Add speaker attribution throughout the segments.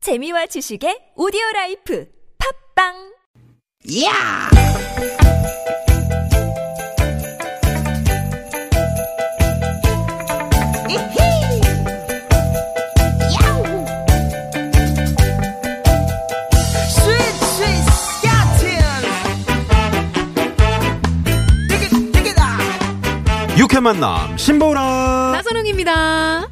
Speaker 1: 재미와 지식의 오디오 라이프 팝빵
Speaker 2: 야! 이히! 야우! 스윗, 스윗, 스캇틴! 디귿, 디귿아!
Speaker 3: 육회 만남 신보라
Speaker 4: 나선홍입니다.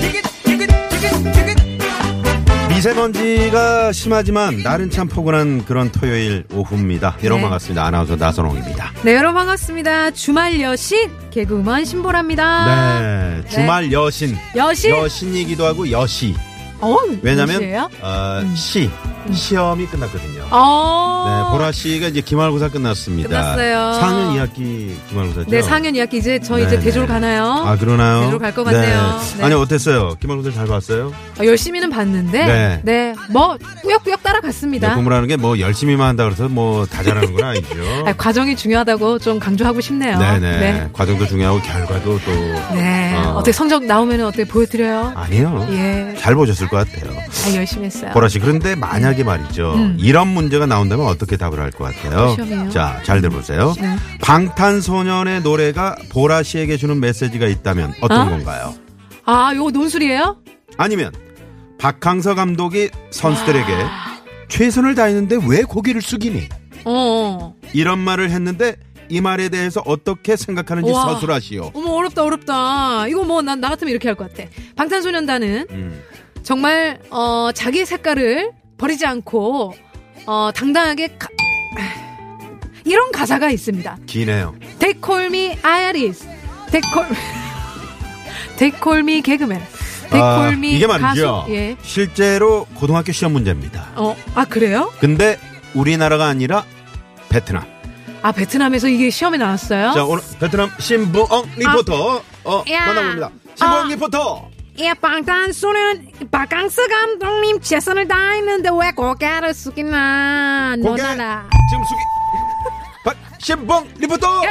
Speaker 2: 디귿, 디귿, 디귿, 디귿!
Speaker 4: 네.
Speaker 3: 미세먼지가 심하지만 날은 참 포근한 그런 토요일 오후입니다. 여러분
Speaker 4: 네.
Speaker 3: 반갑습니다. 아나운서 나선홍입니다.
Speaker 4: 네, 여러분 반갑습니다. 주말 여신 개그우먼 신보라입니다.
Speaker 3: 네 주말 여신
Speaker 4: 아, 여신?
Speaker 3: 여신이기도 하고 여시
Speaker 4: 어,
Speaker 3: 왜냐면
Speaker 4: 무엇이에요? 음.
Speaker 3: 어, 시 시험이 끝났거든요.
Speaker 4: 어.
Speaker 3: 네 보라 씨가 이제 기말고사 끝났습니다.
Speaker 4: 끝났어요.
Speaker 3: 4학년 2학기 기말고사죠.
Speaker 4: 네, 4학년 2학기 이제 저희
Speaker 3: 네,
Speaker 4: 이제 대조로
Speaker 3: 네.
Speaker 4: 가나요?
Speaker 3: 아 그러나요?
Speaker 4: 대조로 갈것 같네요. 네.
Speaker 3: 아니 어땠어요? 기말고사 잘 봤어요?
Speaker 4: 어, 열심히는 봤는데,
Speaker 3: 네.
Speaker 4: 네. 뭐,
Speaker 3: 네,
Speaker 4: 꾸역꾸역 따라갔습니다.
Speaker 3: 공부라는 게 뭐 열심히만 한다 그래서 뭐 다 잘하는 건 아니죠.
Speaker 4: 아, 과정이 중요하다고 좀 강조하고 싶네요.
Speaker 3: 네네.
Speaker 4: 네.
Speaker 3: 과정도 중요하고 결과도 또
Speaker 4: 네.
Speaker 3: 어.
Speaker 4: 어. 떻게 성적 나오면 어떻게 보여드려요?
Speaker 3: 아니요.
Speaker 4: 예.
Speaker 3: 잘 보셨을 것 같아요.
Speaker 4: 아, 열심히 했어요.
Speaker 3: 보라 씨 그런데 만약에 말이죠 이런 문제가 나온다면 어떻게 답을 할 것 같아요?
Speaker 4: 음. 시험이요?
Speaker 3: 자, 잘 들어보세요.
Speaker 4: 네.
Speaker 3: 방탄소년의 노래가 보라 씨에게 주는 메시지가 있다면 어떤
Speaker 4: 어?
Speaker 3: 건가요?
Speaker 4: 아, 요거 논술이에요?
Speaker 3: 아니면 박항서 감독이 선수들에게
Speaker 4: 아.
Speaker 3: 최선을 다했는데 왜 고개를 숙이니?
Speaker 4: 어, 어.
Speaker 3: 이런 말을 했는데 이 말에 대해서 어떻게 생각하는지
Speaker 4: 우와.
Speaker 3: 서술하시오.
Speaker 4: 어머, 어렵다, 어렵다. 이거 뭐, 난, 나 같으면 이렇게 할 것 같아. 방탄소년단은
Speaker 3: 음.
Speaker 4: 정말 어, 자기 색깔을 버리지 않고 어, 당당하게 가- 이런 가사가 있습니다.
Speaker 3: 기네요.
Speaker 4: They call me Iris. They call They call me 개그맨. They
Speaker 3: 아,
Speaker 4: call me
Speaker 3: 이게 말이죠.
Speaker 4: 가수. 예.
Speaker 3: 실제로 고등학교 시험 문제입니다.
Speaker 4: 어, 아 그래요?
Speaker 3: 근데 우리나라가 아니라 베트남.
Speaker 4: 아 베트남에서 이게 시험에 나왔어요? 아,
Speaker 3: 자 오늘 베트남 신부엉 리포터 어
Speaker 4: 야.
Speaker 3: 만나봅니다. 신부엉
Speaker 4: 어.
Speaker 3: 리포터.
Speaker 4: 예, 방탄소년 박강스 감독님 최선을 다했는데 왜 고개를 숙이나?
Speaker 3: 고개
Speaker 4: 너나라.
Speaker 3: 지금 숙이. 박 신봉 리포터.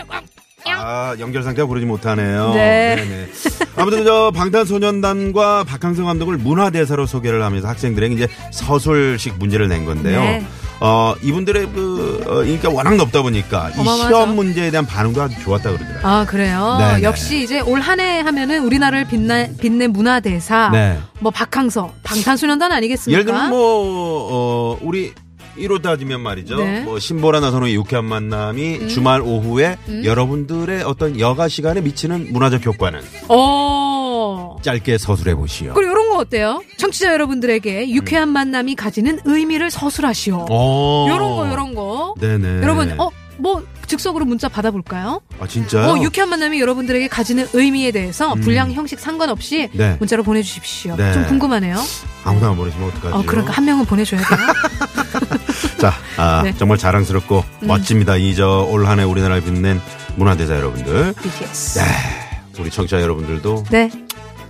Speaker 3: 아 연결 상태가 고르지 못하네요.
Speaker 4: 네.
Speaker 3: 네네. 아무튼 저 방탄소년단과 박항서 감독을 문화 대사로 소개를 하면서 학생들에게 이제 서술식 문제를 낸 건데요.
Speaker 4: 네.
Speaker 3: 어 이분들의 그 어, 인기가 워낙 높다 보니까 이
Speaker 4: 어마어마하죠.
Speaker 3: 시험 문제에 대한 반응도 아주 좋았다 그러더라고요.
Speaker 4: 아 그래요.
Speaker 3: 네네.
Speaker 4: 역시 이제 올 한 해 하면은 우리나라를 빛내 빛낸 문화 대사.
Speaker 3: 네.
Speaker 4: 뭐 박항서, 방탄소년단 아니겠습니까?
Speaker 3: 예를 들면 뭐 어, 우리 이로 따지면 말이죠.
Speaker 4: 네. 음.
Speaker 3: 뭐 신보라 나선호의 유쾌한 만남이 주말 오후에 여러분들의 어떤 여가 시간에 미치는 문화적 효과는
Speaker 4: 어.
Speaker 3: 짧게 서술해 보시오.
Speaker 4: 그리고 이런 거 어때요? 청취자 여러분들에게 유쾌한 만남이 가지는 의미를 서술하시오.
Speaker 3: 어.
Speaker 4: 요런 거 요런 거.
Speaker 3: 네네.
Speaker 4: 여러분 어. 뭐 즉석으로 문자 받아볼까요?
Speaker 3: 아 진짜요? 음.
Speaker 4: 어, 유쾌한 만남이 여러분들에게 가지는 의미에 대해서 분량 형식 상관없이
Speaker 3: 네.
Speaker 4: 문자로 보내주십시오.
Speaker 3: 네.
Speaker 4: 좀 궁금하네요.
Speaker 3: 아무도 안 보내시면 어떡하지?
Speaker 4: 어, 그러니까 한 명은 보내줘야 돼요.
Speaker 3: 자, 아,
Speaker 4: 네.
Speaker 3: 정말 자랑스럽고 멋집니다. 이 저 올 한해 우리나라를 빛낸 문화대사 여러분들,
Speaker 4: BTS.
Speaker 3: 네. 우리 청취자 여러분들도
Speaker 4: 네.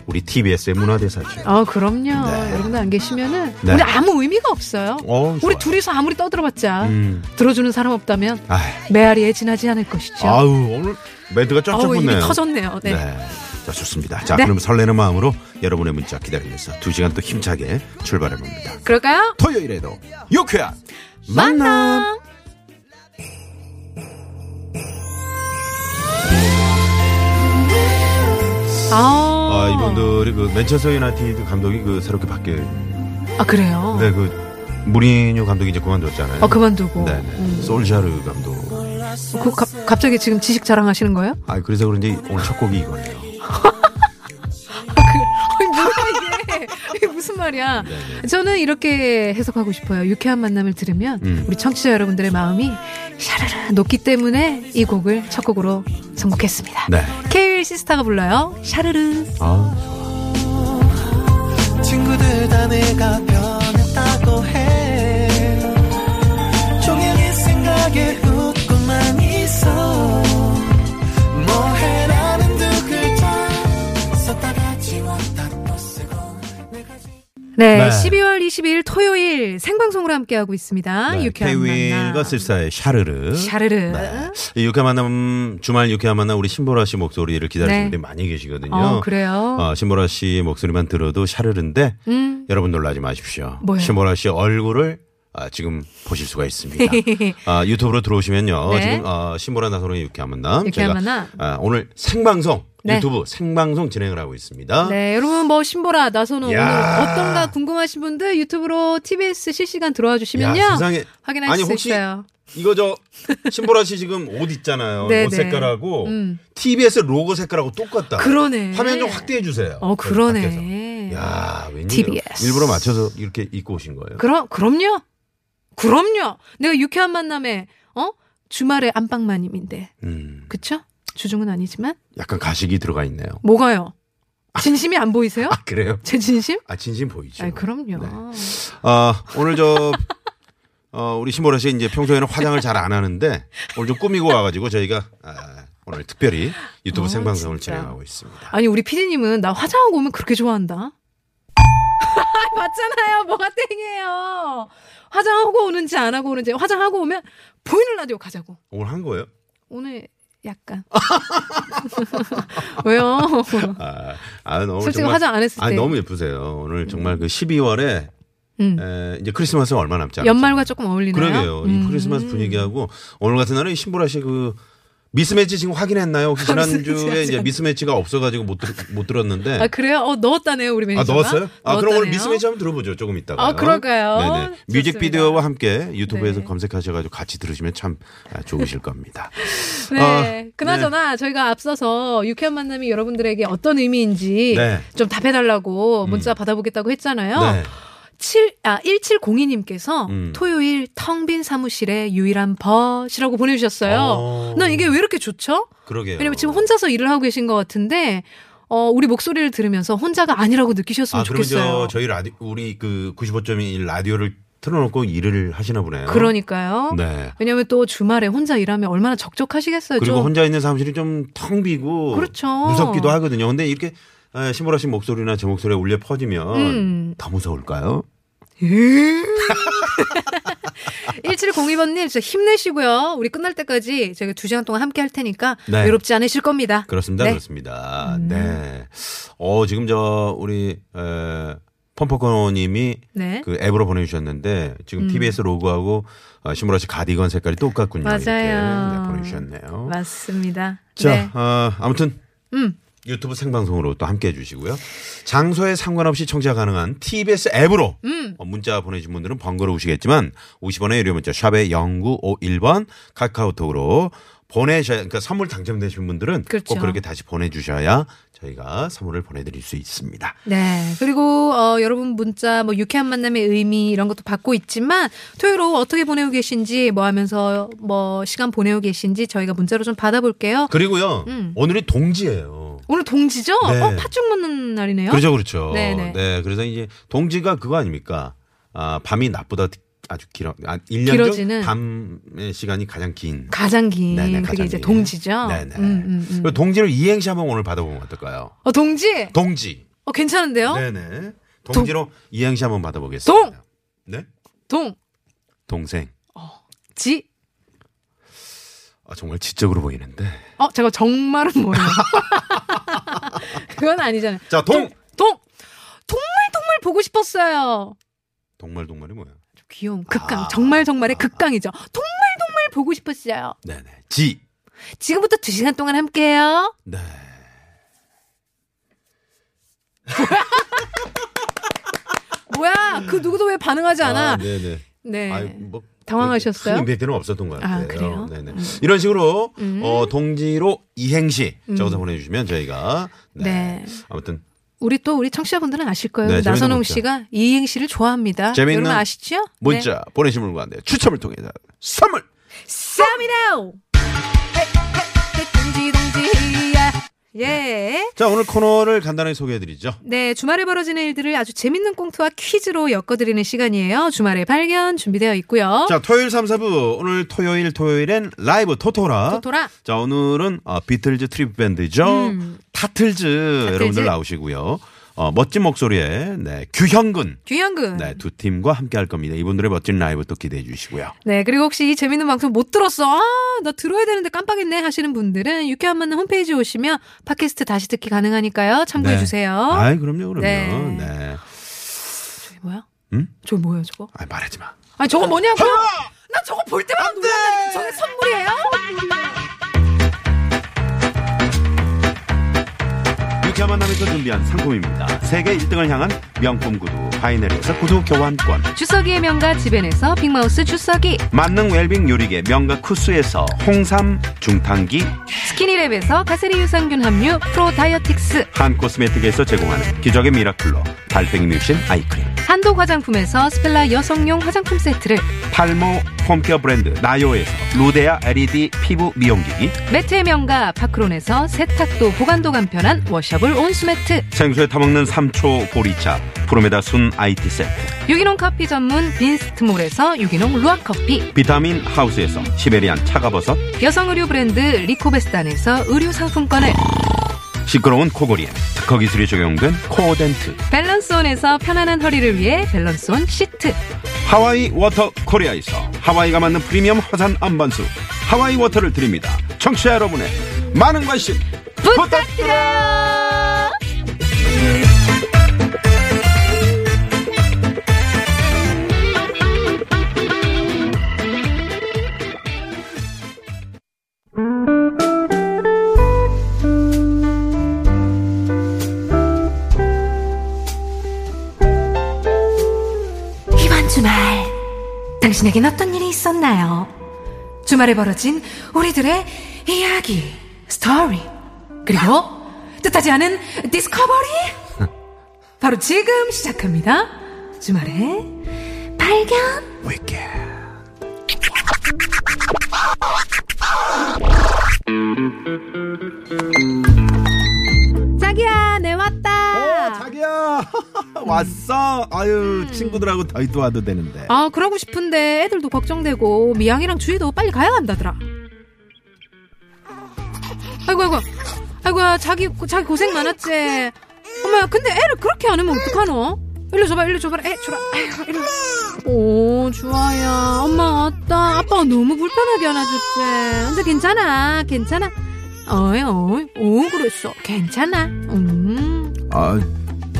Speaker 3: 우리 TBS의 문화대사죠.
Speaker 4: 어, 그럼요.
Speaker 3: 네.
Speaker 4: 여러분들 안 계시면은
Speaker 3: 네.
Speaker 4: 우리 아무 의미가 없어요.
Speaker 3: 어,
Speaker 4: 우리
Speaker 3: 좋아요.
Speaker 4: 둘이서 아무리 떠들어봤자
Speaker 3: 음.
Speaker 4: 들어주는 사람 없다면
Speaker 3: 아이.
Speaker 4: 메아리에 지나지 않을 것이죠.
Speaker 3: 아우 오늘 매드가 쫙쫙
Speaker 4: 그렇죠. 어우,
Speaker 3: 붙네요.
Speaker 4: 입이 터졌네요. 네.
Speaker 3: 네. 자 좋습니다. 자
Speaker 4: 네.
Speaker 3: 그럼 설레는 마음으로 여러분의 문자 기다리면서 두 시간 또 힘차게 출발해 봅니다.
Speaker 4: 그럴까요?
Speaker 3: 토요일에도 유쾌한 만남.
Speaker 4: 만남.
Speaker 3: 아
Speaker 4: 아,
Speaker 3: 이분들이 그 맨체스터 유나이티드 감독이 그 새롭게 바뀌.
Speaker 4: 아 그래요.
Speaker 3: 네, 그 무리뉴 감독이 이제 그만뒀잖아요.
Speaker 4: 어 그만두고. 음.
Speaker 3: 네, 네. 솔샤르 감독.
Speaker 4: 그 갑- 갑자기 지금 지식 자랑하시는 거예요?
Speaker 3: 아 그래서 그런지 오늘 첫 곡이 이거네요.
Speaker 4: 아, 그, 아니, 뭐야, 이게. 이게 무슨 말이야. 저는 이렇게 해석하고 싶어요. 유쾌한 만남을 들으면
Speaker 3: 음.
Speaker 4: 우리 청취자 여러분들의 마음이 샤르르 녹기 때문에 이 곡을 첫 곡으로 선곡했습니다.
Speaker 3: 네.
Speaker 4: 케일 시스타가 불러요. 샤르르.
Speaker 3: 아
Speaker 5: 친구들 다 내가 변했다고 해 종일이 생각에 웃고만 있어 뭐해 라는 두 글자 썼다가 지웠다 또 쓰고 내가 지-
Speaker 4: 네,
Speaker 3: 네.
Speaker 4: 12월 22일 토요일 생방송으로 함께하고 있습니다.
Speaker 3: 네,
Speaker 4: 유쾌한
Speaker 3: 케이윌과
Speaker 4: 만남.
Speaker 3: 실사의 샤르르.
Speaker 4: 샤르르.
Speaker 3: 네. 이 유쾌한 만남, 주말 유쾌한 만남, 우리 신보라 씨 목소리를 기다리시는
Speaker 4: 네.
Speaker 3: 분들이 많이 계시거든요.
Speaker 4: 어, 그래요?
Speaker 3: 어, 신보라 씨 목소리만 들어도 샤르르인데,
Speaker 4: 음.
Speaker 3: 여러분 놀라지 마십시오.
Speaker 4: 뭐요?
Speaker 3: 신보라 씨 얼굴을 아, 지금 보실 수가 있습니다. 아, 유튜브로 들어오시면요.
Speaker 4: 네.
Speaker 3: 지금 어, 신보라 나선홍의 유쾌한 만남. 저희가,
Speaker 4: 유쾌한 만남.
Speaker 3: 아, 오늘 생방송,
Speaker 4: 네.
Speaker 3: 유튜브 생방송 진행을 하고 있습니다.
Speaker 4: 네, 여러분 뭐 신보라 나선호 오늘
Speaker 3: 야.
Speaker 4: 어떤가 궁금하신 분들 유튜브로 TBS 실시간 들어와 주시면요.
Speaker 3: 야, 세상에.
Speaker 4: 확인할
Speaker 3: 아니,
Speaker 4: 수
Speaker 3: 혹시
Speaker 4: 있어요.
Speaker 3: 이거 저 신보라 씨 지금 옷 있잖아요.
Speaker 4: 네,
Speaker 3: 옷
Speaker 4: 네.
Speaker 3: 색깔하고
Speaker 4: 음.
Speaker 3: TBS 로고 색깔하고 똑같다.
Speaker 4: 그러네.
Speaker 3: 화면 좀 확대해 주세요.
Speaker 4: 어,
Speaker 3: 밖에서.
Speaker 4: 그러네.
Speaker 3: 야, 왠지
Speaker 4: TBS.
Speaker 3: 일부러 맞춰서 이렇게 입고 오신 거예요.
Speaker 4: 그럼 그럼요. 그럼요. 내가 유쾌한 만남에 어? 주말에 안방마님인데.
Speaker 3: 음,
Speaker 4: 그쵸? 주중은 아니지만
Speaker 3: 약간 가식이 들어가 있네요.
Speaker 4: 뭐가요? 진심이 안 보이세요?
Speaker 3: 아, 그래요?
Speaker 4: 제 진심?
Speaker 3: 아, 진심 보이죠.
Speaker 4: 아,
Speaker 3: 네.
Speaker 4: 그럼요.
Speaker 3: 아, 오늘 저 어, 우리 신보라 씨 이제 평소에는 화장을 잘 안 하는데 오늘 좀 꾸미고 와가지고 저희가 아, 오늘 특별히 유튜브
Speaker 4: 어,
Speaker 3: 생방송을
Speaker 4: 진짜.
Speaker 3: 진행하고 있습니다.
Speaker 4: 아니 우리 피디님은 나 화장하고 오면 그렇게 좋아한다. 맞잖아요. 뭐가 땡이에요. 화장하고 오는지 안 하고 오는지 화장하고 오면 보이는 라디오 가자고.
Speaker 3: 오늘 한 거예요?
Speaker 4: 오늘 약간 왜요?
Speaker 3: 아, 아 너무
Speaker 4: 솔직히
Speaker 3: 정말-
Speaker 4: 화장 안 했을
Speaker 3: 아,
Speaker 4: 때.
Speaker 3: 너무 예쁘세요. 오늘 정말 그 12월에
Speaker 4: 음.
Speaker 3: 에, 이제 크리스마스 얼마 남지 않았어요.
Speaker 4: 연말과 조금 어울리네요.
Speaker 3: 그러게요. 이
Speaker 4: 음.
Speaker 3: 크리스마스 분위기하고 오늘 같은 날은 신보라 씨 그 미스매치 지금 확인했나요?
Speaker 4: 아,
Speaker 3: 혹시 지난주에 이제 미스매치가 없어가지고 못, 들- 못 들었는데.
Speaker 4: 아 그래요? 어 넣었다네요 우리
Speaker 3: 아,
Speaker 4: 매니저가.
Speaker 3: 넣었어요? 아, 그럼 오늘
Speaker 4: 넣었다네요.
Speaker 3: 미스매치 한번 들어보죠. 조금 이따가.
Speaker 4: 아, 그럴까요?
Speaker 3: 네네.
Speaker 4: 좋습니다.
Speaker 3: 뮤직비디오와 함께 유튜브에서
Speaker 4: 네.
Speaker 3: 검색하셔가지고 같이 들으시면 참 아, 좋으실 겁니다.
Speaker 4: 네.
Speaker 3: 아,
Speaker 4: 그나저나 저희가 앞서서 유쾌한 만남이 여러분들에게 어떤 의미인지
Speaker 3: 네. 음.
Speaker 4: 좀 답해달라고 문자 받아보겠다고 했잖아요.
Speaker 3: 네.
Speaker 4: 7, 아, 1702님께서
Speaker 3: 음.
Speaker 4: 토요일 텅 빈 사무실에 유일한 벗이라고 보내주셨어요.
Speaker 3: 어.
Speaker 4: 난 이게 왜 이렇게 좋죠?
Speaker 3: 그러게요.
Speaker 4: 왜냐면 지금 혼자서 일을 하고 계신 것 같은데, 어, 우리 목소리를 들으면서 혼자가 아니라고 느끼셨으면
Speaker 3: 아, 그러면
Speaker 4: 좋겠어요.
Speaker 3: 저 저희 라디오, 우리 그 95.1 라디오를 틀어놓고 일을 하시나 보네요.
Speaker 4: 그러니까요.
Speaker 3: 네.
Speaker 4: 왜냐면 또 주말에 혼자 일하면 얼마나 적적하시겠어요.
Speaker 3: 그리고
Speaker 4: 좀.
Speaker 3: 혼자 있는 사무실이 좀 텅 비고
Speaker 4: 그렇죠.
Speaker 3: 무섭기도 하거든요. 근데 이렇게 에, 신보라 씨 목소리나 제 목소리에 울려 퍼지면
Speaker 4: 음.
Speaker 3: 더 무서울까요?
Speaker 4: 1702번님, 진짜 힘내시고요. 우리 끝날 때까지 저희가 두 시간 동안 함께 할 테니까
Speaker 3: 네.
Speaker 4: 외롭지 않으실 겁니다.
Speaker 3: 그렇습니다.
Speaker 4: 네.
Speaker 3: 그렇습니다. 네. 어, 지금 저 우리 에, 펌퍼커 님이
Speaker 4: 네. 음.
Speaker 3: 그 앱으로 보내주셨는데 지금 TBS 로고하고 어, 신보라 씨 가디건 색깔이 똑같군요. 이렇게
Speaker 4: 맞아요.
Speaker 3: 네, 보내주셨네요.
Speaker 4: 맞습니다.
Speaker 3: 자,
Speaker 4: 네.
Speaker 3: 어, 아무튼
Speaker 4: 음.
Speaker 3: 유튜브 생방송으로 또 함께 해주시고요. 장소에 상관없이 청취가 가능한 TBS 앱으로
Speaker 4: 음.
Speaker 3: 어, 문자 보내주신 분들은 번거로우시겠지만 50원의 유료 문자 샵에 0951번 카카오톡으로 보내셔야 그러니까 선물 당첨되신 분들은
Speaker 4: 그렇죠.
Speaker 3: 꼭 그렇게 다시 보내주셔야 저희가 선물을 보내드릴 수 있습니다.
Speaker 4: 네. 그리고 어, 여러분 문자 뭐 유쾌한 만남의 의미 이런 것도 받고 있지만 토요일 오후 어떻게 보내고 계신지 뭐 하면서 뭐 시간 보내고 계신지 저희가 문자로 좀 받아볼게요.
Speaker 3: 그리고요
Speaker 4: 음.
Speaker 3: 오늘이 동지예요.
Speaker 4: 오늘 동지죠?
Speaker 3: 네.
Speaker 4: 어, 팥죽 먹는 날이네요.
Speaker 3: 그렇죠, 그렇죠.
Speaker 4: 네네.
Speaker 3: 네, 그래서 이제 동지가 그거 아닙니까? 아, 밤이 낮보다 아주 길어, 아, 1년
Speaker 4: 길어지는.
Speaker 3: 중 밤의 시간이 가장 긴.
Speaker 4: 가장 긴
Speaker 3: 네네,
Speaker 4: 그게
Speaker 3: 가장
Speaker 4: 이제
Speaker 3: 긴.
Speaker 4: 동지죠.
Speaker 3: 네네.
Speaker 4: 음, 음, 음.
Speaker 3: 그리고 동지를 이행시 한번 오늘 받아보면 어떨까요?
Speaker 4: 어 동지.
Speaker 3: 동지.
Speaker 4: 어 괜찮은데요?
Speaker 3: 네네. 동지로 이행시 한번 받아보겠습니다.
Speaker 4: 동!
Speaker 3: 네?
Speaker 4: 동지.
Speaker 3: 동생. 아, 정말 지적으로 보이는데.
Speaker 4: 어 제가 정말은 뭐예요? 그건 아니잖아요.
Speaker 3: 자, 동!
Speaker 4: 동 동물 동물 보고 싶었어요.
Speaker 3: 동말 동말이 뭐야?
Speaker 4: 좀 귀여운 극강
Speaker 3: 아.
Speaker 4: 정말 정말의 극강이죠. 정말 정말 보고 싶었어요.
Speaker 3: 네네. 지.
Speaker 4: 지금부터 두 시간 동안 함께해요.
Speaker 3: 네.
Speaker 4: 뭐야 그 누구도 왜 반응하지 않아?
Speaker 3: 아, 네네.
Speaker 4: 네.
Speaker 3: 아유, 뭐
Speaker 4: 당황하셨어요?
Speaker 3: 큰 임팩트는 없었던 것 같아요.
Speaker 4: 아, 그래요?
Speaker 3: 네네. 이런 식으로
Speaker 4: 음.
Speaker 3: 어, 동지로 이행시
Speaker 4: 음.
Speaker 3: 적어서 보내주시면 저희가 네.
Speaker 4: 네.
Speaker 3: 아무튼
Speaker 4: 우리 또 우리 청취자분들은 아실 거예요.
Speaker 3: 네, 재밌는
Speaker 4: 나선홍
Speaker 3: 문자.
Speaker 4: 씨가 이행시를 좋아합니다.
Speaker 3: 재밌는
Speaker 4: 여러분 아시죠?
Speaker 3: 문자 보내신 분과 네, 추첨을 통해서 선물
Speaker 4: 네. 쌈이라오. 동지 동지야. 예.
Speaker 3: 자 오늘 코너를 간단하게 소개해드리죠.
Speaker 4: 네, 주말에 벌어지는 일들을 아주 재밌는 꽁트와 퀴즈로 엮어드리는 시간이에요. 주말에 발견 준비되어 있고요.
Speaker 3: 자 토요일 3, 4부 오늘 토요일 토요일엔 라이브 토토라
Speaker 4: 토토라. 음.
Speaker 3: 자 오늘은 어, 비틀즈 트리브 밴드죠. 타틀즈, 여러분들 나오시고요. 어, 멋진 목소리의 네, 규현근
Speaker 4: 규현근.
Speaker 3: 네, 두 팀과 함께 할 겁니다. 이분들의 멋진 라이브 또 기대해 주시고요.
Speaker 4: 네, 그리고 혹시 이 재밌는 방송 못 들었어. 아, 나 들어야 되는데 깜빡했네 하시는 분들은 유쾌한 만남 홈페이지 오시면 팟캐스트 다시 듣기 가능하니까요. 참고해
Speaker 3: 네.
Speaker 4: 주세요.
Speaker 3: 아이, 그럼요, 그럼요.
Speaker 4: 네.
Speaker 3: 네.
Speaker 4: 저게 뭐야?
Speaker 3: 음?
Speaker 4: 저게 뭐야, 저거?
Speaker 3: 아, 말하지 마.
Speaker 4: 아니, 저거 뭐냐고요? 나 저거 볼 때마다 놀란다니까. 저게 선물이에요?
Speaker 3: 유쾌한 만남에서 준비한 상품입니다. 세계 1등을 향한 명품 구두 바이네리에서 구두 교환권
Speaker 4: 주석이의 명가 지벤에서 빅마우스 주석이,
Speaker 3: 만능 웰빙 요리계 명가 쿠스에서 홍삼 중탕기
Speaker 4: 스키니랩에서 가세리 유산균 함유 프로 다이어틱스,
Speaker 3: 한 코스메틱에서 제공하는 기적의 미라클로 달팽이 뮤신 아이크림
Speaker 4: 한독 화장품에서 스펠라 여성용 화장품 세트를,
Speaker 3: 탈모 홈케어 브랜드 나요에서 루데아 LED 피부 미용기기
Speaker 4: 매트의 명가 파크론에서 세탁도 보관도 간편한 워셔블 온수 매트,
Speaker 3: 생수에 타먹는 삼초 보리차 프로메다 순 IT 세트
Speaker 4: 유기농 커피 전문 빈스트몰에서 유기농 루아 커피,
Speaker 3: 비타민 하우스에서 시베리안 차가버섯
Speaker 4: 여성 의류 브랜드 리코베스탄에서 의류 상품권을,
Speaker 3: 시끄러운 코골이엔 특허 기술이 적용된 코어덴트
Speaker 4: 밸런스온에서 편안한 허리를 위해 밸런스온 시트,
Speaker 3: 하와이 워터 코리아에서 하와이가 만든 프리미엄 화산 안반수 하와이 워터를 드립니다. 청취자 여러분의 많은 관심
Speaker 4: 부탁드려요. 이번 주말 당신에겐 어떤 일이 있었나요? 주말에 벌어진 우리들의 이야기, 스토리, 그리고 뜻하지 않은 디스커버리 바로 지금 시작합니다. 주말에 발견 자기야 내
Speaker 3: 어,
Speaker 4: 왔다.
Speaker 3: 자기야 왔어. 아유 친구들하고 더이도 와도 되는데.
Speaker 4: 아 그러고 싶은데 애들도 걱정되고 미양이랑 주희도 빨리 가야 한다더라. 아이고 아이고 아이고야 자기 자기 고생 많았지. 엄마야 근데 애를 그렇게 안 하면 어떡하노? 일로 줘봐 일로 줘봐 애 주라 아이고, 일로. 오 주아야 엄마 왔다 아빠가 너무 불편하게 안아줬지. 근데 괜찮아 괜찮아. 어이 어이 오 그랬어 괜찮아. 음.
Speaker 3: 아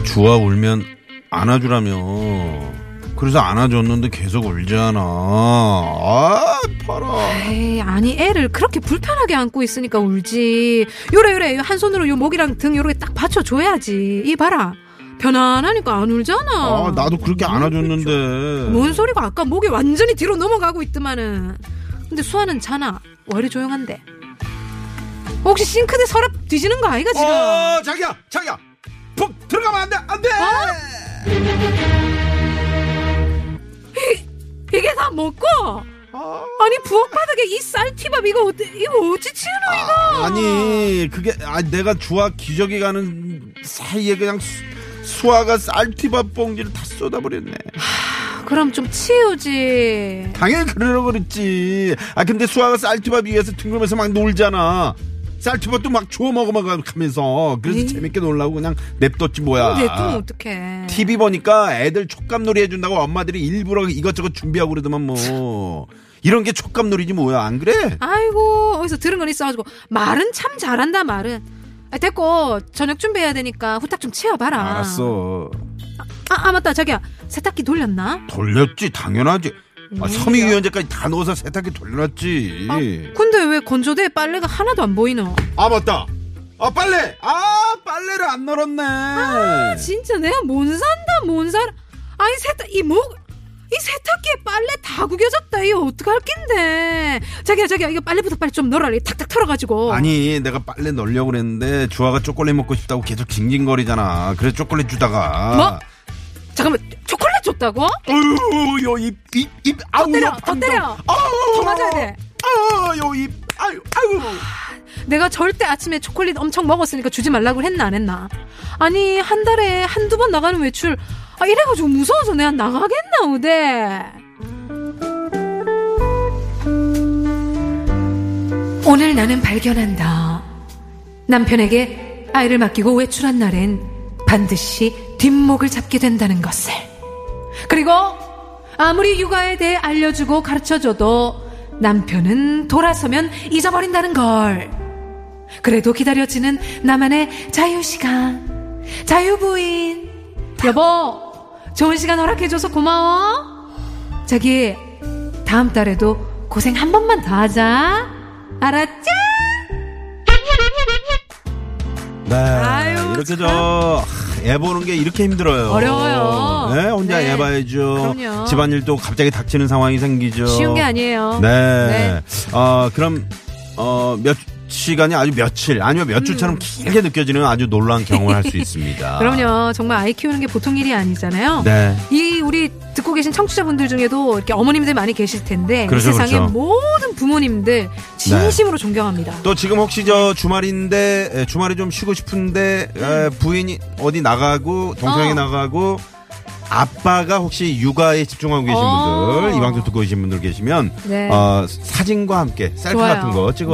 Speaker 3: 주아 울면 안아주라며. 그래서 안아줬는데 계속 울잖아. 아 팔아.
Speaker 4: 에이, 아니 애를 그렇게 불편하게 안고 있으니까 울지. 요래 요래 한 손으로 요 목이랑 등 요렇게 딱 받쳐줘야지. 이 봐라. 편안하니까 안 울잖아.
Speaker 3: 아 나도 그렇게 안아줬는데.
Speaker 4: 뭔 소리가 아까 목이 완전히 뒤로 넘어가고 있더만은. 근데 수아는 자나. 왜 이리 조용한데? 혹시 싱크대 서랍 뒤지는 거 아이가 지금?
Speaker 3: 어 자기야 자기야 푹 들어가면 안 돼 안 돼.
Speaker 4: 이게 다 먹고?
Speaker 3: 아.
Speaker 4: 아니 부엌 바닥에 이 쌀티밥 이거 어때? 이거 어찌 치우노 이거?
Speaker 3: 아니 그게 아 내가 주와 기저귀 가는 사이에 그냥 수, 수아가 쌀티밥 봉지를 다 쏟아버렸네.
Speaker 4: 그럼 좀 치우지.
Speaker 3: 당연히 그러려고 그랬지. 아 근데 수아가 쌀티밥 위에서 뒹굴면서 막 놀잖아. 쌀티밥도 막 주워 먹어먹으면서 그래서
Speaker 4: 에이.
Speaker 3: 재밌게 놀라고 그냥 냅뒀지 뭐야.
Speaker 4: 근데 또 어떡해?
Speaker 3: TV 보니까 애들 촉감놀이 해준다고 엄마들이 일부러 이것저것 준비하고 그러더만 뭐 이런 게 촉감놀이지 뭐야 안 그래?
Speaker 4: 아이고 어디서 들은 건 있어가지고 말은 참 잘한다 말은 아, 됐고 저녁 준비해야 되니까 후딱 좀 치워봐라
Speaker 3: 알았어.
Speaker 4: 아, 아, 맞다 자기야 세탁기 돌렸나?
Speaker 3: 돌렸지 당연하지
Speaker 4: 음,
Speaker 3: 아, 섬유유연제까지 다 넣어서 세탁기 돌려놨지
Speaker 4: 아, 근데 왜 건조대에 빨래가 하나도 안 보이노?
Speaker 3: 아, 맞다 아 빨래 아 빨래를 안 널었네
Speaker 4: 아 진짜 내가 못 산다 못 살아 아니 세탁 이목 뭐, 이 세탁기에 빨래 다 구겨졌다 이거 어떡할 낀데 자기야 자기야 이거 빨래부터 빨리 좀 널어라 이거 탁탁 털어가지고
Speaker 3: 니 내가 빨래 널려고 그랬는데 주아가 초콜릿 먹고 싶다고 계속 징징거리잖아 그래서 초콜릿
Speaker 4: 뭐?
Speaker 3: 주다가
Speaker 4: 잠깐만 초콜릿 줬다고?
Speaker 3: 어휴 요입입입 아우
Speaker 4: 때려,
Speaker 3: 야,
Speaker 4: 더
Speaker 3: 방정.
Speaker 4: 때려.
Speaker 3: 아우
Speaker 4: 더 맞아야 돼
Speaker 3: 아우 요입 아유 아유
Speaker 4: 내가 절대 아침에 초콜릿 엄청 먹었으니까 주지 말라고 했나 안 했나? 아니 한 달에 한두 번 나가는 외출 아 이래가지고 무서워서 내가 나가겠나 우대 오늘 나는 발견한다 남편에게 아이를 맡기고 외출한 날엔 반드시 뒷목을 잡게 된다는 것을. 그리고 아무리 육아에 대해 알려주고 가르쳐줘도 남편은 돌아서면 잊어버린다는 걸. 그래도 기다려지는 나만의 자유시간, 자유부인. 여보, 좋은 시간 허락해줘서 고마워. 자기, 다음 달에도 고생 한 번만 더 하자. 알았지?
Speaker 3: 네.
Speaker 4: 아유,
Speaker 3: 이렇게
Speaker 4: 참.
Speaker 3: 저, 하, 애 보는 게 이렇게 힘들어요.
Speaker 4: 어려워요.
Speaker 3: 네, 혼자
Speaker 4: 네.
Speaker 3: 애 봐야죠.
Speaker 4: 그럼요.
Speaker 3: 집안일도 갑자기 닥치는 상황이 생기죠.
Speaker 4: 쉬운 게 아니에요.
Speaker 3: 네. 어, 그럼, 어, 몇 시간이 아주 며칠, 아니면 몇 주처럼 길게 느껴지는 아주 놀라운 경험을 할 수 있습니다.
Speaker 4: 음. 그럼요. 정말 아이 키우는 게 보통 일이 아니잖아요.
Speaker 3: 네.
Speaker 4: 이 우리 듣고 계신 청취자분들 중에도 이렇게 어머님들 많이 계실 텐데
Speaker 3: 그렇죠,
Speaker 4: 이 세상의
Speaker 3: 그렇죠.
Speaker 4: 모든 부모님들 진심으로 존경합니다.
Speaker 3: 또 지금 혹시 저 주말인데 에, 주말에 좀 쉬고 싶은데 에, 부인이 어디 나가고 동생이
Speaker 4: 어.
Speaker 3: 나가고 아빠가 혹시 육아에 집중하고 계신
Speaker 4: 어.
Speaker 3: 분들 이 방송 듣고 계신 분들 계시면
Speaker 4: 네.
Speaker 3: 어, 사진과 함께 셀프
Speaker 4: 좋아요.
Speaker 3: 같은 거 찍어가지고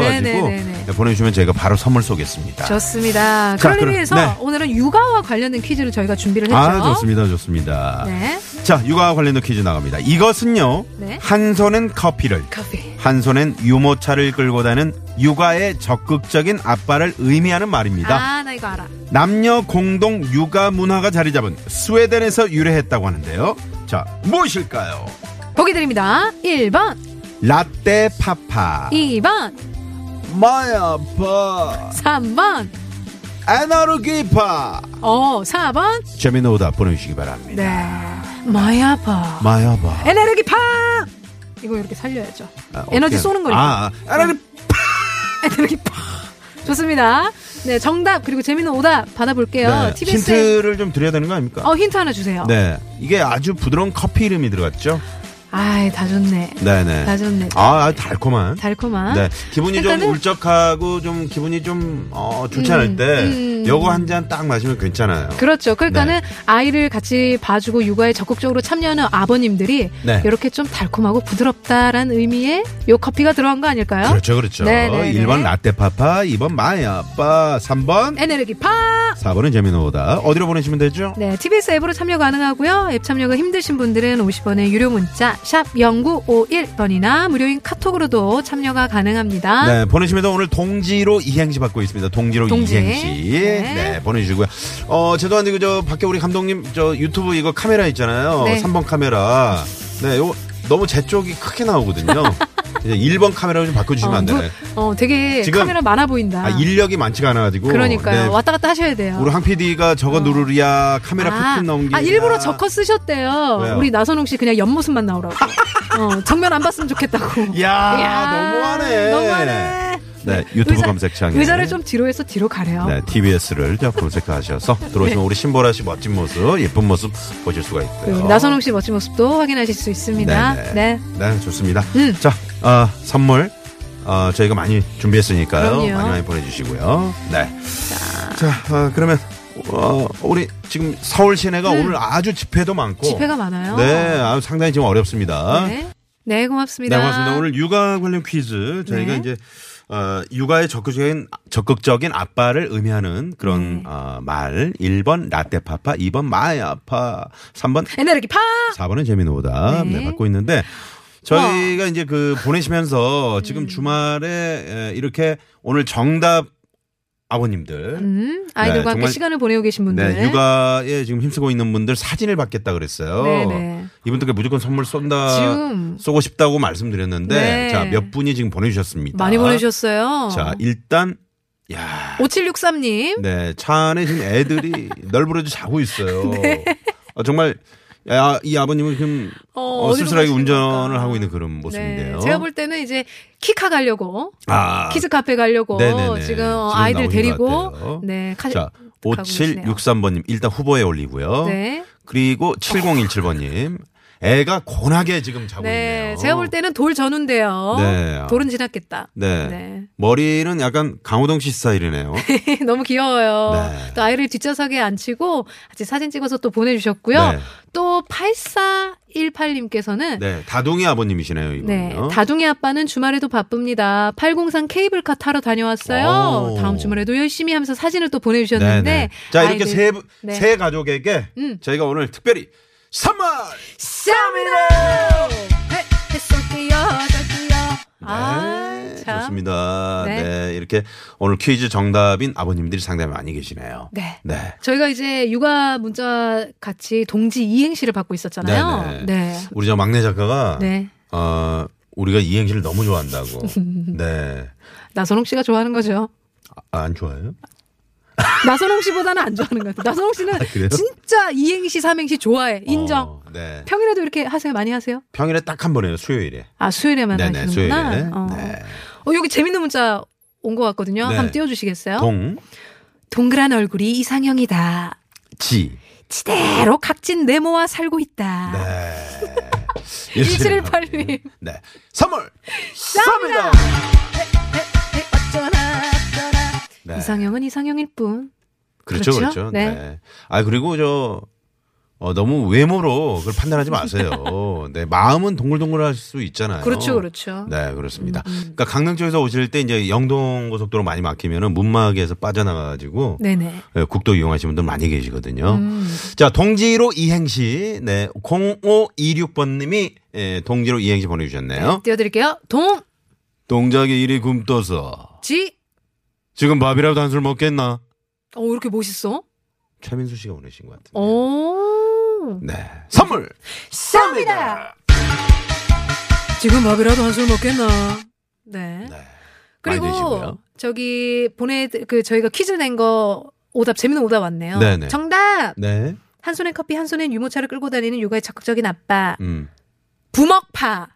Speaker 4: 네네네네.
Speaker 3: 네, 보내주시면 저희가 바로 선물 쏘겠습니다.
Speaker 4: 좋습니다.
Speaker 3: 자,
Speaker 4: 그런
Speaker 3: 그럼-
Speaker 4: 의미에서
Speaker 3: 네.
Speaker 4: 오늘은 육아와 관련된 퀴즈를 저희가 준비를 했죠.
Speaker 3: 아 좋습니다, 좋습니다.
Speaker 4: 네.
Speaker 3: 자 육아 관련된 퀴즈 나갑니다. 이것은요
Speaker 4: 네. 그-
Speaker 3: 한 손엔 커피를
Speaker 4: 커피.
Speaker 3: 한 손엔 유모차를 끌고 다니는 육아에 적극적인 아빠를 의미하는 말입니다.
Speaker 4: 아, 나 이거 알아.
Speaker 3: 남녀 공동 육아 문화가 자리 잡은 스웨덴에서 유래했다고 하는데요. 자, 무엇일까요?
Speaker 4: 보기 드립니다. 1번,
Speaker 3: 라떼 파파.
Speaker 4: 2번,
Speaker 3: 마야파.
Speaker 4: 3번,
Speaker 3: 에너르기파.
Speaker 4: 어, 4번.
Speaker 3: 재미있는 오답 보내주시기 바랍니다.
Speaker 4: 네. 마야파.
Speaker 3: 마야파.
Speaker 4: 에너지 파! 이거 이렇게 살려야죠.
Speaker 3: 아, 어떻게
Speaker 4: 에너지
Speaker 3: 하나?
Speaker 4: 쏘는 거니까.
Speaker 3: 아, 아, 에너지
Speaker 4: 에너지 파! 좋습니다. 네, 정답, 그리고 재밌는 오답 받아볼게요.
Speaker 3: 네,
Speaker 4: TBS.
Speaker 3: 힌트를 좀 드려야 되는 거 아닙니까?
Speaker 4: 어, 힌트 하나 주세요.
Speaker 3: 네. 이게 아주 부드러운 커피 이름이 들어갔죠?
Speaker 4: 아이, 다 좋네.
Speaker 3: 네네.
Speaker 4: 다 좋네.
Speaker 3: 아, 아주 달콤한.
Speaker 4: 달콤한.
Speaker 3: 네, 기분이
Speaker 4: 일단은-
Speaker 3: 좀 울적하고 좀 기분이 좀 어, 좋지 않을
Speaker 4: 음,
Speaker 3: 때
Speaker 4: 음.
Speaker 3: 요거 한 잔 딱 마시면 괜찮아요.
Speaker 4: 그렇죠. 그러니까는
Speaker 3: 네.
Speaker 4: 아이를 같이 봐주고 육아에 적극적으로 참여하는 아버님들이
Speaker 3: 네.
Speaker 4: 이렇게 좀 달콤하고 부드럽다라는 의미의 요 커피가 들어간 거 아닐까요?
Speaker 3: 그렇죠, 그렇죠.
Speaker 4: 네, 네, 네.
Speaker 3: 1번 라떼파파, 2번 마야빠, 3번,
Speaker 4: 에너지 파!
Speaker 3: 4번은 재미노다. 어디로 보내시면 되죠?
Speaker 4: 네, TBS 앱으로 참여 가능하고요. 앱 참여가 힘드신 분들은 50원의 유료 문자 샵 0951번이나 무료인 카톡으로도 참여가 가능합니다.
Speaker 3: 네, 보내시면 오늘 동지로 이행시 받고 있습니다. 동지로
Speaker 4: 동지.
Speaker 3: 이행시.
Speaker 4: 네.
Speaker 3: 네, 보내주시고요. 어, 죄송한데, 그, 저, 밖에 우리 감독님, 저, 유튜브 이거 카메라 있잖아요.
Speaker 4: 네.
Speaker 3: 3번 카메라. 네, 요, 너무 제 쪽이 크게 나오거든요. 이제 1번 카메라로 좀 바꿔주시면 안
Speaker 4: 어, 그-
Speaker 3: 되나요?
Speaker 4: 어, 되게
Speaker 3: 지금-
Speaker 4: 카메라 많아 보인다.
Speaker 3: 아, 인력이 많지가 않아가지고.
Speaker 4: 그러니까요.
Speaker 3: 네,
Speaker 4: 왔다 갔다 하셔야 돼요.
Speaker 3: 우리 황 PD가 저거 누르랴 카메라
Speaker 4: 아,
Speaker 3: 푸틴 넘기.
Speaker 4: 아, 일부러 저 컷 쓰셨대요.
Speaker 3: 왜요?
Speaker 4: 우리 나선홍 씨 그냥 옆모습만 나오라고. 어, 정면 안 봤으면 좋겠다고.
Speaker 3: 야, 너무하네.
Speaker 4: 너무하네.
Speaker 3: 네, 유튜브 검색창에.
Speaker 4: 의자를 좀 뒤로 해서 뒤로 가래요.
Speaker 3: 네, TBS를 검색하셔서
Speaker 4: 네.
Speaker 3: 들어오시면 우리 신보라 씨 멋진 모습, 예쁜 모습 보실 수가
Speaker 4: 그
Speaker 3: 있고요.
Speaker 4: 나선홍 씨 멋진 모습도 확인하실 수 있습니다.
Speaker 3: 네네.
Speaker 4: 네.
Speaker 3: 네, 좋습니다.
Speaker 4: 음.
Speaker 3: 자, 어, 선물 어, 저희가 많이 준비했으니까요.
Speaker 4: 그럼요.
Speaker 3: 많이 많이 보내주시고요. 네. 자, 어, 그러면 어, 우리 지금 서울 시내가 오늘 아주 집회도 많고.
Speaker 4: 음. 집회가 많아요.
Speaker 3: 네, 아, 상당히 지금 어렵습니다.
Speaker 4: 네. 네, 고맙습니다.
Speaker 3: 네, 고맙습니다. 오늘 육아 관련 퀴즈 저희가
Speaker 4: 네.
Speaker 3: 이제 어, 육아의 적극적인 적극적인 아빠를 의미하는
Speaker 4: 네.
Speaker 3: 그런 어, 말. 1번 라떼파파, 2번 마야파, 3번
Speaker 4: 에너지 파!
Speaker 3: 4번은 재미노다.
Speaker 4: 네.
Speaker 3: 네. 받고 있는데 저희가 이제 그
Speaker 4: 음.
Speaker 3: 보내시면서 지금 주말에 에, 이렇게 오늘 정답 아버님들
Speaker 4: 음, 아이들과
Speaker 3: 네,
Speaker 4: 함께
Speaker 3: 정말-
Speaker 4: 시간을 보내고 계신 분들.
Speaker 3: 네, 육아에 지금 힘쓰고 있는 분들 사진을 받겠다 그랬어요.
Speaker 4: 네네.
Speaker 3: 이분들께 무조건 선물 쏜다.
Speaker 4: 지금-
Speaker 3: 쏘고 싶다고 말씀드렸는데
Speaker 4: 네.
Speaker 3: 자, 몇 분이 지금 보내 주셨습니다.
Speaker 4: 많이 보내주셨어요.
Speaker 3: 자, 일단 야.
Speaker 4: 5763님.
Speaker 3: 네, 차 안에 지금 애들이 널브러져 자고 있어요. 아, 정말 야, 이 아버님은 지금
Speaker 4: 네. 어,
Speaker 3: 어,
Speaker 4: 어디로
Speaker 3: 쓸쓸하게
Speaker 4: 가시는
Speaker 3: 운전을
Speaker 4: 걸까?
Speaker 3: 하고 있는 그런 모습인데요.
Speaker 4: 네, 제가 볼 때는 이제 키카 가려고
Speaker 3: 아,
Speaker 4: 키즈 카페 가려고
Speaker 3: 네네네.
Speaker 4: 지금 어,
Speaker 3: 지금
Speaker 4: 아이들
Speaker 3: 나오신 것
Speaker 4: 데리고
Speaker 3: 같아요.
Speaker 4: 네 카,
Speaker 3: 자,
Speaker 4: 가고 계시네요.
Speaker 3: 5763번님 일단 후보에 올리고요.
Speaker 4: 네,
Speaker 3: 그리고 7017번님 애가 곤하게 지금 자고
Speaker 4: 네
Speaker 3: 있네요.
Speaker 4: 제가 볼 때는 돌 전후인데요.
Speaker 3: 네.
Speaker 4: 돌은 지났겠다.
Speaker 3: 네.
Speaker 4: 네.
Speaker 3: 머리는 약간 강호동 씨 스타일이네요.
Speaker 4: 너무 귀여워요.
Speaker 3: 네.
Speaker 4: 또 아이를 뒷좌석에 앉히고 같이 사진 찍어서 또 보내주셨고요.
Speaker 3: 네.
Speaker 4: 또 84 7818님께서는
Speaker 3: 네, 다둥이 아버님이시네요,
Speaker 4: 네,
Speaker 3: 이분은요.
Speaker 4: 다둥이 아빠는 주말에도 바쁩니다. 803 케이블카 타러 다녀왔어요.
Speaker 3: 오.
Speaker 4: 다음 주말에도 열심히 하면서 사진을 또
Speaker 3: 네,
Speaker 4: 보내주셨는데.
Speaker 3: 네. 자, 이렇게
Speaker 4: 아이들-
Speaker 3: 세, 분-
Speaker 4: 네.
Speaker 3: 세 가족에게
Speaker 4: 음.
Speaker 3: 저희가 오늘 특별히 선물!
Speaker 4: 쌈이다! 쏠게요, 쏠게요. 아,
Speaker 3: 네,
Speaker 4: 참.
Speaker 3: 좋습니다.
Speaker 4: 네.
Speaker 3: 네. 이렇게 오늘 퀴즈 정답인 아버님들이 상당히 많이 계시네요.
Speaker 4: 네.
Speaker 3: 네.
Speaker 4: 저희가 이제 육아 문자 같이 동지 이행시를 받고 있었잖아요.
Speaker 3: 네네. 우리 저 막내 작가가
Speaker 4: 네.
Speaker 3: 어, 우리가 이행시를 너무 좋아한다고. 네.
Speaker 4: 나선홍 씨가 좋아하는 거죠.
Speaker 3: 아, 안 좋아요?
Speaker 4: 나선홍 씨보다는 안 좋아하는 것 같아요. 나선홍 씨는
Speaker 3: 그래요?
Speaker 4: 진짜 이행시, 삼행시 좋아해. 인정.
Speaker 3: 어, 네.
Speaker 4: 평일에도 이렇게 하세요? 많이 하세요?
Speaker 3: 평일에 딱 한 번 해요. 수요일에.
Speaker 4: 아, 수요일에만
Speaker 3: 네네.
Speaker 4: 하시는구나.
Speaker 3: 수요일에.
Speaker 4: 어.
Speaker 3: 네.
Speaker 4: 어, 여기 재밌는 문자 온 것 같거든요.
Speaker 3: 네.
Speaker 4: 한번 띄워주시겠어요?
Speaker 3: 동,
Speaker 4: 동그란 얼굴이 이상형이다.
Speaker 3: 지.
Speaker 4: 지대로 각진 네모와 살고 있다.
Speaker 3: 네.
Speaker 4: 1718님.
Speaker 3: 네. 선물! 쏩니다!
Speaker 4: 에, 네, 어쩌나 어쩌나.
Speaker 3: 네.
Speaker 4: 이상형은 이상형일 뿐.
Speaker 3: 그렇죠,
Speaker 4: 그렇죠?
Speaker 3: 그렇죠.
Speaker 4: 네.
Speaker 3: 네. 아 그리고 저 어, 너무 외모로 그걸 판단하지 마세요. 네, 마음은 동글동글할 수 있잖아요.
Speaker 4: 그렇죠, 그렇죠. 음.
Speaker 3: 네, 그렇습니다. 그러니까 강릉 쪽에서 오실 때 이제 영동 고속도로 많이 막히면은 문막에서 빠져나가지고
Speaker 4: 네네.
Speaker 3: 예, 국도 이용하시는 분들 많이 계시거든요.
Speaker 4: 음.
Speaker 3: 자, 동지로 이행시. 네, 0526번님이 예, 동지로 이행시 보내주셨네요.
Speaker 4: 띄워드릴게요. 동,
Speaker 3: 동작이 일이 굼떠서
Speaker 4: 지.
Speaker 3: 지금 밥이라도 한 술 먹겠나?
Speaker 4: 어, 이렇게 멋있어?
Speaker 3: 최민수 씨가 보내신 것 같은데.
Speaker 4: 오.
Speaker 3: 네, 선물
Speaker 4: 쌉니다! 지금 밥이라도 한술 먹겠나? 네.
Speaker 3: 네. 많이
Speaker 4: 그리고
Speaker 3: 드시고요.
Speaker 4: 저기 보내 그 저희가 퀴즈 낸 거 오답 재밌는 오답 왔네요.
Speaker 3: 네네.
Speaker 4: 정답.
Speaker 3: 네.
Speaker 4: 한 손엔 커피 한 손엔 유모차를 끌고 다니는 육아에 적극적인 아빠.
Speaker 3: 음.
Speaker 4: 부먹파.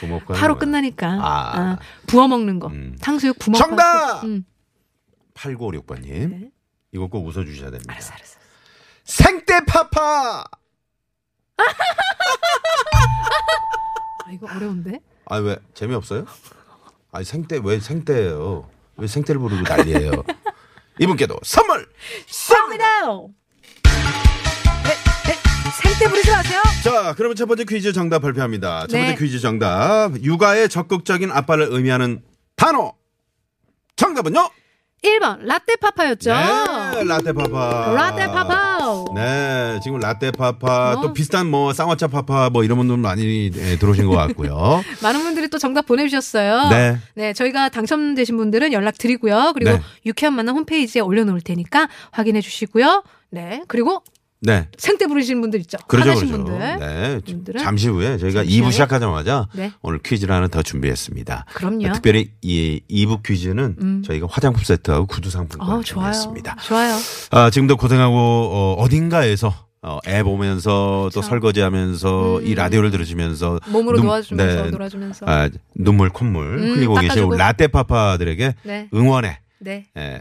Speaker 3: 부먹과
Speaker 4: 파로
Speaker 3: 뭐야.
Speaker 4: 끝나니까.
Speaker 3: 네, 아.
Speaker 4: 아, 부어 먹는 거.
Speaker 3: 음.
Speaker 4: 탕수육 부먹파.
Speaker 3: 정답!
Speaker 4: 음.
Speaker 3: 8956번님.
Speaker 4: 네.
Speaker 3: 이거 꼭 웃어주셔야 됩니다.
Speaker 4: 알았어, 알았어.
Speaker 3: 생떼파파!
Speaker 4: 아, 이거 어려운데?
Speaker 3: 아, 왜? 재미없어요? 아니, 생떼, 왜 생떼예요? 왜 생떼를 부르고 난리예요? 이분께도 선물!
Speaker 4: 쏩니다! 생떼 부르지 마세요!
Speaker 3: 자, 그러면 첫 번째 퀴즈 정답 발표합니다. 첫 번째
Speaker 4: 네.
Speaker 3: 퀴즈 정답. 육아의 적극적인 아빠를 의미하는 단어. 정답은요?
Speaker 4: 1번, 라떼파파였죠?
Speaker 3: 네, 라떼파파.
Speaker 4: 라떼파파!
Speaker 3: 네, 지금 라떼파파,
Speaker 4: 어.
Speaker 3: 또 비슷한 뭐, 쌍화차파파, 뭐, 이런 분들 많이 예, 들어오신 것 같고요.
Speaker 4: 많은 분들이 또 정답 보내주셨어요.
Speaker 3: 네.
Speaker 4: 저희가 당첨되신 분들은 연락드리고요. 그리고
Speaker 3: 네.
Speaker 4: 유쾌한 만남 홈페이지에 올려놓을 테니까 확인해 주시고요. 네. 그리고
Speaker 3: 네.
Speaker 4: 생떼 부르시는 분들 있죠.
Speaker 3: 그러죠,
Speaker 4: 화나신
Speaker 3: 그러죠.
Speaker 4: 분들.
Speaker 3: 네. 좀
Speaker 4: 분들은?
Speaker 3: 잠시 후에 저희가
Speaker 4: 잠시
Speaker 3: 2부
Speaker 4: 후에?
Speaker 3: 시작하자마자
Speaker 4: 네.
Speaker 3: 오늘 퀴즈를 하나 더 준비했습니다.
Speaker 4: 그럼요.
Speaker 3: 아, 특별히 이 2부 퀴즈는 저희가 화장품 세트하고 구두 상품권
Speaker 4: 어, 좋아요.
Speaker 3: 준비했습니다.
Speaker 4: 좋아요.
Speaker 3: 아, 지금도 고생하고 어, 어딘가에서 어, 애 보면서 또 설거지하면서 이 라디오를 들으시면서
Speaker 4: 음. 몸으로
Speaker 3: 눈-
Speaker 4: 놓아주면서
Speaker 3: 네.
Speaker 4: 놀아주면서.
Speaker 3: 아, 눈물 콧물 흘리고 계신
Speaker 4: 닦아주고.
Speaker 3: 우리 라떼파파들에게
Speaker 4: 네.
Speaker 3: 응원의
Speaker 4: 네.
Speaker 3: 에,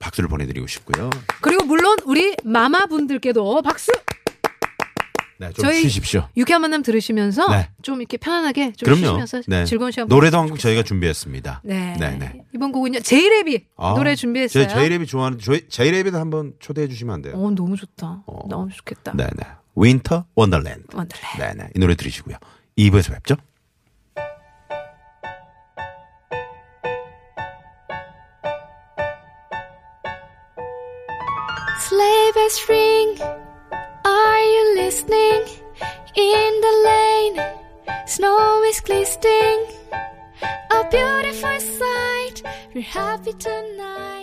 Speaker 3: 박수를 보내드리고 싶고요.
Speaker 4: 그리고 물론 우리 마마분들께도 박수!
Speaker 3: 네, 좀
Speaker 4: 저희-
Speaker 3: 쉬십시오.
Speaker 4: 유쾌한 만남 들으시면서
Speaker 3: 네.
Speaker 4: 좀 이렇게 편안하게 좀
Speaker 3: 그럼요.
Speaker 4: 쉬시면서
Speaker 3: 네.
Speaker 4: 즐거운 시간
Speaker 3: 노래도 한 곡 저희가 준비했습니다.
Speaker 4: 네.
Speaker 3: 네.
Speaker 4: 이번 곡은요. 제이레비
Speaker 3: 아,
Speaker 4: 노래 준비했어요.
Speaker 3: 제, 제이랩이 좋아하는 저희 제이랩이도 한번 초대해 주시면 안 돼요.
Speaker 4: 어, 너무 좋다.
Speaker 3: 어.
Speaker 4: 너무 좋겠다.
Speaker 3: 네, 네. 윈터 원더랜드.
Speaker 4: 원달래.
Speaker 3: 네, 네. 이 노래 들으시고요. 2부에서 뵙죠.
Speaker 6: Sleigh bells ring. Are you listening? In the lane, snow is glistening. A beautiful sight. We're happy tonight.